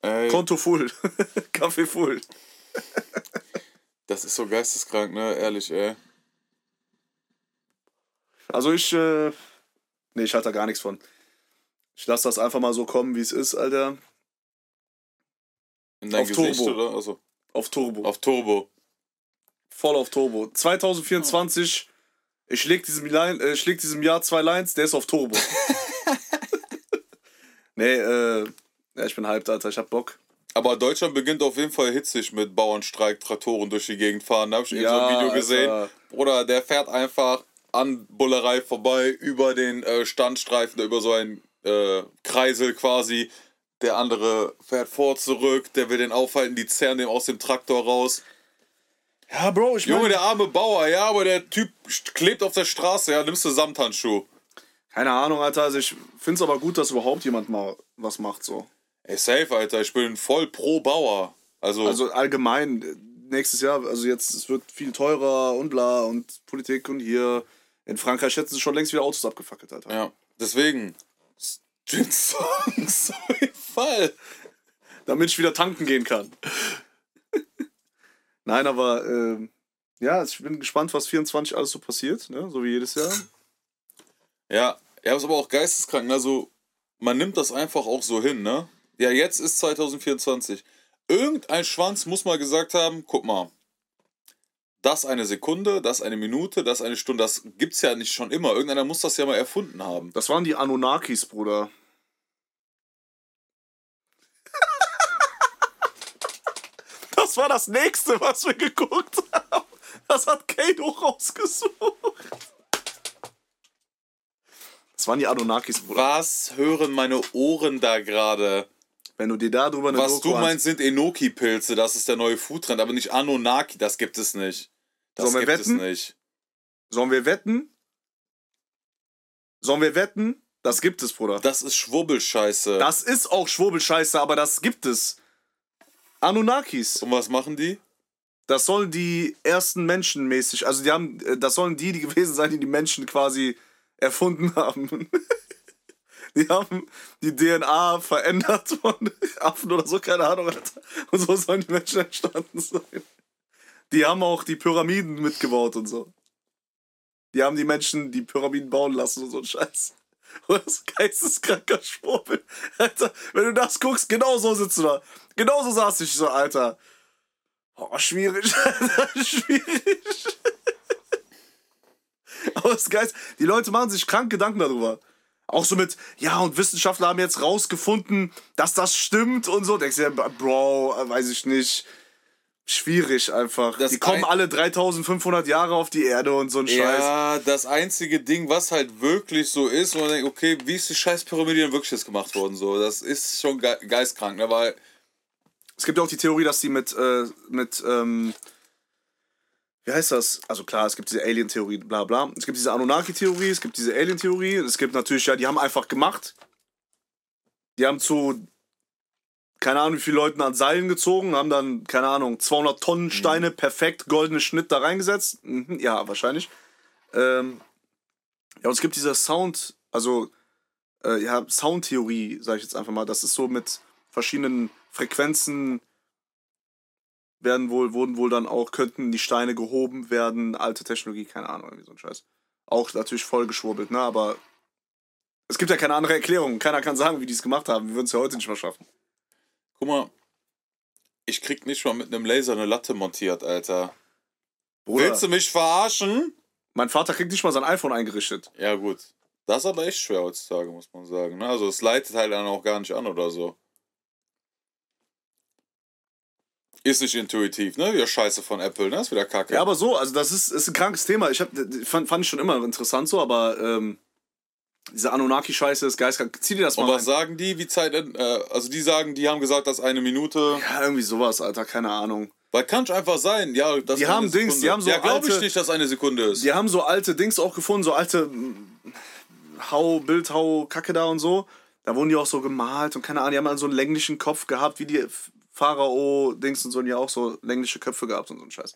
Speaker 4: Ey,
Speaker 3: Konto full. [LAUGHS] Kaffee full.
Speaker 4: das ist so geisteskrank, ne? Ehrlich, ey.
Speaker 3: Also ich, äh, nee, ich hatte da gar nichts von. Ich lasse das einfach mal so kommen, wie es ist, Alter.
Speaker 4: In dein
Speaker 3: Auf
Speaker 4: Gesicht,
Speaker 3: Turbo.
Speaker 4: oder? Also,
Speaker 3: Auf Turbo.
Speaker 4: auf Turbo.
Speaker 3: Voll auf Turbo. 2024, ich leg diesem, Line, äh, ich leg diesem Jahr zwei Lines, der ist auf [LAUGHS] Turbo. nee, äh, ja, ich bin hyped, Alter, ich hab Bock.
Speaker 4: Aber Deutschland beginnt auf jeden Fall hitzig mit Bauernstreik, Traktoren durch die Gegend fahren. Da habe ich eben
Speaker 3: Ja,
Speaker 4: so ein Video
Speaker 3: Alter.
Speaker 4: gesehen. Bruder, der fährt einfach an Bullerei vorbei, über den äh, Standstreifen, über so einen äh, Kreisel quasi. Der andere fährt vor, zurück, der will den aufhalten, die zerren dem aus dem Traktor raus.
Speaker 3: Ja, Bro, ich
Speaker 4: Junge,
Speaker 3: meine,
Speaker 4: der arme Bauer, ja, aber der Typ st- klebt auf der Straße, ja, nimmst du Samthandschuh.
Speaker 3: keine Ahnung, Alter, also ich find's aber gut, dass überhaupt jemand mal was macht, so.
Speaker 4: Ey, safe, Alter, ich bin voll pro Bauer. Also,
Speaker 3: Also allgemein, äh, nächstes Jahr, also jetzt, es wird viel teurer und bla und Politik und hier. In Frankreich hätten sie schon längst wieder Autos abgefackelt, Alter.
Speaker 4: ja, deswegen. Stream Songs, [LAUGHS] auf jeden Fall.
Speaker 3: damit ich wieder tanken gehen kann. [LAUGHS] Nein, aber ähm, ja, ich bin gespannt, was 24 alles so passiert, ne? so wie jedes Jahr.
Speaker 4: Ja, er ist aber auch geisteskrank. ne? Also, man nimmt das einfach auch so hin, ne? Ja, jetzt ist 2024. Irgendein Schwanz muss mal gesagt haben: guck mal, das eine Sekunde, das eine Minute, das eine Stunde, das gibt's ja nicht schon immer. Irgendeiner muss das ja mal erfunden haben.
Speaker 3: Das waren die Anunnakis, Bruder. [LAUGHS] Das war das nächste, was wir geguckt haben. Das hat Kano rausgesucht. Das waren die Anunnakis, Bruder.
Speaker 4: Was hören meine Ohren da gerade?
Speaker 3: Wenn du dir da drüber eine
Speaker 4: Was
Speaker 3: Doku
Speaker 4: du
Speaker 3: an-
Speaker 4: meinst, sind Enoki-Pilze. Das ist der neue Foodtrend, aber nicht Anunnaki. Das gibt es nicht. Das
Speaker 3: Sollen wir
Speaker 4: gibt
Speaker 3: wetten?
Speaker 4: es nicht.
Speaker 3: Sollen wir wetten? Sollen wir wetten? Das gibt es, Bruder.
Speaker 4: Das ist Schwubbelscheiße.
Speaker 3: Das ist auch Schwurbelscheiße, aber das gibt es. Anunnakis.
Speaker 4: Und was machen die?
Speaker 3: Das sollen die ersten Menschen mäßig, also die [LAUGHS] haben, äh, das sollen die, die gewesen sein, die die Menschen quasi erfunden haben. Die haben die DNA verändert von Affen oder so, keine Ahnung. Alter. Und so sollen die Menschen entstanden sein. Die haben auch die Pyramiden mitgebaut und so. Die haben die Menschen die Pyramiden bauen lassen und so ein Scheiß. [LAUGHS] Und das ist geisteskranker Schwurbel. Alter, wenn du das guckst, genau so sitzt du da. Genau so saß ich so, Alter. Oh, schwierig, [LAUGHS] Alter, schwierig. Aber das ist geil. Die Leute machen sich krank Gedanken darüber. Auch so mit, ja, und Wissenschaftler haben jetzt rausgefunden, dass das stimmt und so. Denkst du, ja, Bro, weiß ich nicht. Schwierig einfach.
Speaker 4: Das
Speaker 3: die kommen
Speaker 4: ein-
Speaker 3: alle 3500 Jahre auf die Erde und so ein Scheiß.
Speaker 4: Ja, das einzige Ding, was halt wirklich so ist, wo man denkt, okay, wie ist die scheiß Pyramide denn wirklich jetzt gemacht worden? So, das ist schon ge geistkrank, ne? Weil,
Speaker 3: Es gibt ja auch die Theorie, dass die mit, äh, mit, ähm, wie heißt das? Also klar, es gibt diese Alien-Theorie, bla bla. Es gibt diese Anunnaki-Theorie, es gibt diese Alien-Theorie. Es gibt natürlich, ja, die haben einfach gemacht. Die haben zu, keine Ahnung, wie viele Leuten an Seilen gezogen, haben dann, keine Ahnung, 200 Tonnen Steine, perfekt, goldene Schnitt da reingesetzt. Mhm, ja, wahrscheinlich. Ähm, ja, und es gibt dieser Sound, also äh, ja, Soundtheorie, sage ich jetzt einfach mal, das ist so mit verschiedenen Frequenzen werden wohl, wurden wohl dann auch, könnten die Steine gehoben werden, alte Technologie, keine Ahnung, irgendwie so ein Scheiß. Auch natürlich voll geschwurbelt, ne, aber es gibt ja keine andere Erklärung. Keiner kann sagen, wie die es gemacht haben. Wir würden es ja heute nicht mehr schaffen.
Speaker 4: guck mal, ich krieg nicht mal mit einem Laser eine Latte montiert, Alter.
Speaker 3: Bruder,
Speaker 4: Willst du mich verarschen?
Speaker 3: mein Vater kriegt nicht mal sein iPhone eingerichtet.
Speaker 4: Ja, gut. Das ist aber echt schwer heutzutage, muss man sagen. ne? Also, es leitet halt dann auch gar nicht an oder so. Ist nicht intuitiv, ne? Wieder Scheiße von Apple, ne? Ist wieder Kacke.
Speaker 3: Ja, aber so, also das ist, ist ein krankes Thema. Ich hab, fand, fand ich schon immer interessant so, aber ähm, diese Anunnaki-Scheiße ist geistkrank. Zieh dir das mal
Speaker 4: Und
Speaker 3: rein.
Speaker 4: was sagen die? Wie Zeit. Äh, also, die sagen, die haben gesagt, dass eine Minute.
Speaker 3: Ja, irgendwie sowas, Alter, keine Ahnung.
Speaker 4: Weil kann ich einfach sein. Ja, das
Speaker 3: Die
Speaker 4: ist eine
Speaker 3: haben Dings,
Speaker 4: Sekunde.
Speaker 3: die haben so
Speaker 4: Ja, glaube ich
Speaker 3: alte-
Speaker 4: nicht, dass eine Sekunde ist.
Speaker 3: Die haben so alte Dings auch gefunden, so alte mm, Hau, Bildhau, Kacke da und so. Da wurden die auch so gemalt und keine Ahnung, die haben dann so einen länglichen Kopf gehabt, wie die Pharao-Dings und so, und die haben auch so längliche Köpfe gehabt und so ein Scheiß.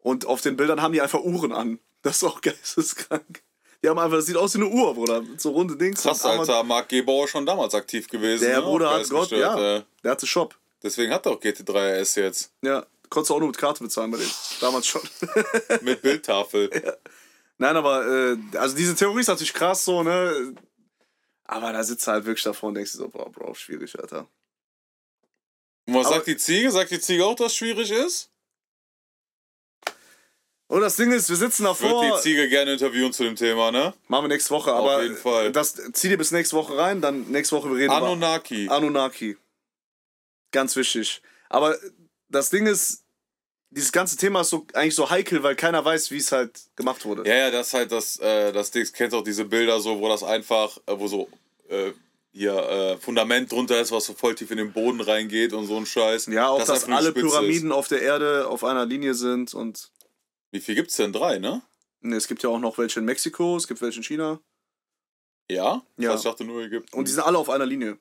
Speaker 3: Und auf den Bildern haben die einfach Uhren an. Das ist auch [LAUGHS] geisteskrank. Die haben einfach, das sieht aus wie eine Uhr, Bruder. Mit so runde Dings.
Speaker 4: Krass,
Speaker 3: Und Armband.
Speaker 4: Alter. Marc Gebauer schon damals aktiv gewesen.
Speaker 3: Der
Speaker 4: ne?
Speaker 3: Bruder hat Gott,
Speaker 4: Geistgestört,
Speaker 3: ja.
Speaker 4: äh.
Speaker 3: Der hatte Shop.
Speaker 4: Deswegen hat er auch GT3 RS jetzt.
Speaker 3: Ja, konntest du auch nur mit Karte bezahlen bei dem. Damals schon. [LAUGHS]
Speaker 4: Mit Bildtafel.
Speaker 3: Nein, aber äh, also diese Theorie ist natürlich krass so, ne? Aber da sitzt du halt wirklich davor und denkst dir so, boah, Bro, schwierig, Alter.
Speaker 4: Und was
Speaker 3: Aber-
Speaker 4: sagt die Ziege? Sagt die Ziege auch, dass es schwierig ist?
Speaker 3: Und das Ding ist, wir sitzen
Speaker 4: Würde
Speaker 3: davor.
Speaker 4: die Ziege gerne interviewen zu dem Thema, ne?
Speaker 3: Machen wir nächste Woche, aber
Speaker 4: jeden Fall.
Speaker 3: das zieh dir bis nächste Woche rein, dann nächste Woche wir reden über
Speaker 4: Anunnaki.
Speaker 3: Genau. Anunnaki. Ganz wichtig. Aber das Ding ist, dieses ganze Thema ist so eigentlich so heikel, weil keiner weiß, wie es halt gemacht wurde.
Speaker 4: Ja, ja, das ist halt das, äh, das Ding. Kennt auch diese Bilder so, wo das einfach, äh, wo so äh, hier äh, Fundament drunter ist, was so voll tief in den Boden reingeht und so ein Scheiß.
Speaker 3: Ja, auch
Speaker 4: Das
Speaker 3: dass
Speaker 4: einfach nur die
Speaker 3: alle
Speaker 4: Spitze
Speaker 3: Pyramiden auf der Erde auf einer Linie sind und
Speaker 4: Ist. Wie viel gibt's denn? Drei, ne?
Speaker 3: ne, es gibt ja auch noch welche in Mexiko, es gibt welche in China.
Speaker 4: Ja?
Speaker 3: Ja.
Speaker 4: Ich dachte nur, Ägypten.
Speaker 3: Und die sind alle auf einer Linie.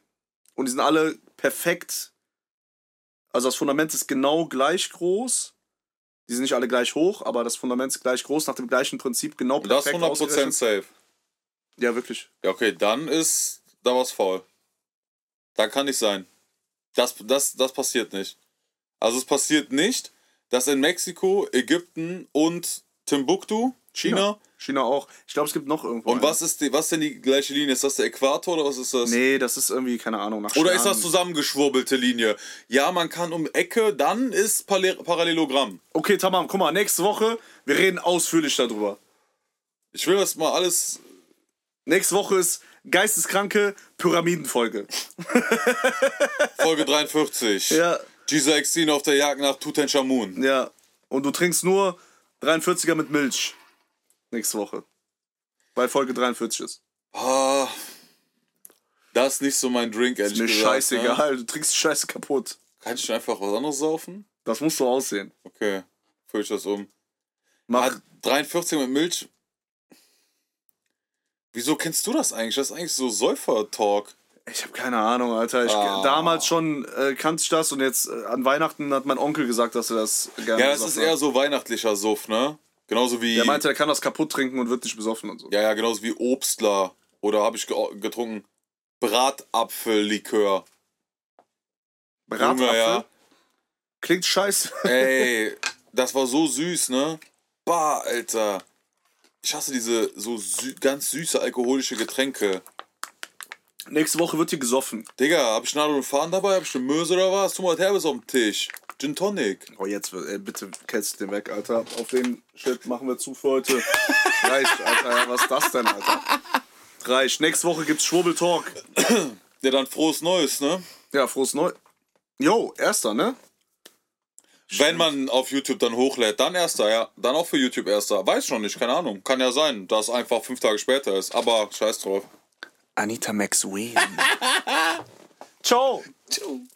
Speaker 3: Und die sind alle perfekt. Also das Fundament ist genau gleich groß. Die sind nicht alle gleich hoch, aber das Fundament ist gleich groß, nach dem gleichen Prinzip genau
Speaker 4: und das
Speaker 3: perfekt
Speaker 4: 100%
Speaker 3: ausgerechnet.
Speaker 4: safe.
Speaker 3: Ja, wirklich.
Speaker 4: Ja, okay, dann ist da was faul. Da kann nicht sein. Das, das, das passiert nicht. Also es passiert nicht, dass in Mexiko, Ägypten und Timbuktu, China,
Speaker 3: China auch. Ich glaube, es gibt noch irgendwo.
Speaker 4: und was ist die, was denn die gleiche Linie? Ist das der Äquator oder was ist das?
Speaker 3: eine. Nee, das ist irgendwie, keine Ahnung, nach
Speaker 4: Oder ist das
Speaker 3: Sternen.
Speaker 4: zusammengeschwurbelte Linie? Ja, man kann um Ecke, dann ist Parle- Parallelogramm.
Speaker 3: Okay, Tamam, guck mal, nächste Woche, wir reden ausführlich darüber.
Speaker 4: Ich will das mal alles.
Speaker 3: Nächste Woche ist geisteskranke Pyramidenfolge. [LAUGHS]
Speaker 4: Folge 43.
Speaker 3: Ja,
Speaker 4: Dieser Exin auf der Jagd nach Tutanchamun.
Speaker 3: ja. Und du trinkst nur 43er mit Milch. Nächste Woche. Weil Folge 43 ist.
Speaker 4: Ah, das ist nicht so mein Drink, ehrlich
Speaker 3: Ist mir
Speaker 4: gesagt. Ne?
Speaker 3: scheißegal, du trinkst die Scheiße kaputt.
Speaker 4: Kann ich einfach was anderes saufen?
Speaker 3: Das muss so aussehen.
Speaker 4: Okay, fülle ich das um.
Speaker 3: Mach.
Speaker 4: Ah, 43 mit Milch. Wieso kennst du das eigentlich? Das ist eigentlich so Säufer-Talk.
Speaker 3: Ich habe keine Ahnung, Alter. Ich,
Speaker 4: Ah.
Speaker 3: Damals schon äh, kannte ich das und jetzt äh, an Weihnachten hat mein Onkel gesagt, dass er das gerne
Speaker 4: Ja, das ist
Speaker 3: besoffen
Speaker 4: eher
Speaker 3: hat.
Speaker 4: so weihnachtlicher Suff, ne? Genauso wie.
Speaker 3: halt Der meinte, er kann das kaputt trinken und wird nicht besoffen und so.
Speaker 4: Ja, ja, genauso wie Obstler. Oder habe ich ge getrunken. Bratapfellikör.
Speaker 3: Bratapfel?
Speaker 4: Junge, ja.
Speaker 3: Klingt scheiße. [LAUGHS]
Speaker 4: Ey, [LAUGHS] das war so süß, ne? Bah, Alter. Ich hasse diese so sü ganz süße alkoholische Getränke.
Speaker 3: Nächste Woche wird hier gesoffen.
Speaker 4: Digga, hab ich Nadel und Faden dabei? Hab ich eine Möse oder was? Tu mal was Herbes auf dem Tisch. Gin Tonic.
Speaker 3: Oh, jetzt, wird- ey, bitte kennst den weg, Alter. Auf den Shit machen wir zu für heute. Reicht, Alter. Ja, was ist das denn, Alter? Reicht. Nächste Woche gibt's Schwurbeltalk.
Speaker 4: Ja, dann frohes Neues, ne?
Speaker 3: Ja, frohes Neu. Jo, erster, ne?
Speaker 4: Wenn man auf YouTube dann hochlädt, dann erster, ja. Dann auch für YouTube erster. Weiß schon nicht, keine Ahnung. Kann ja sein, dass einfach fünf Tage später ist. Aber scheiß drauf.
Speaker 3: Anita Max Wayne. Ciao.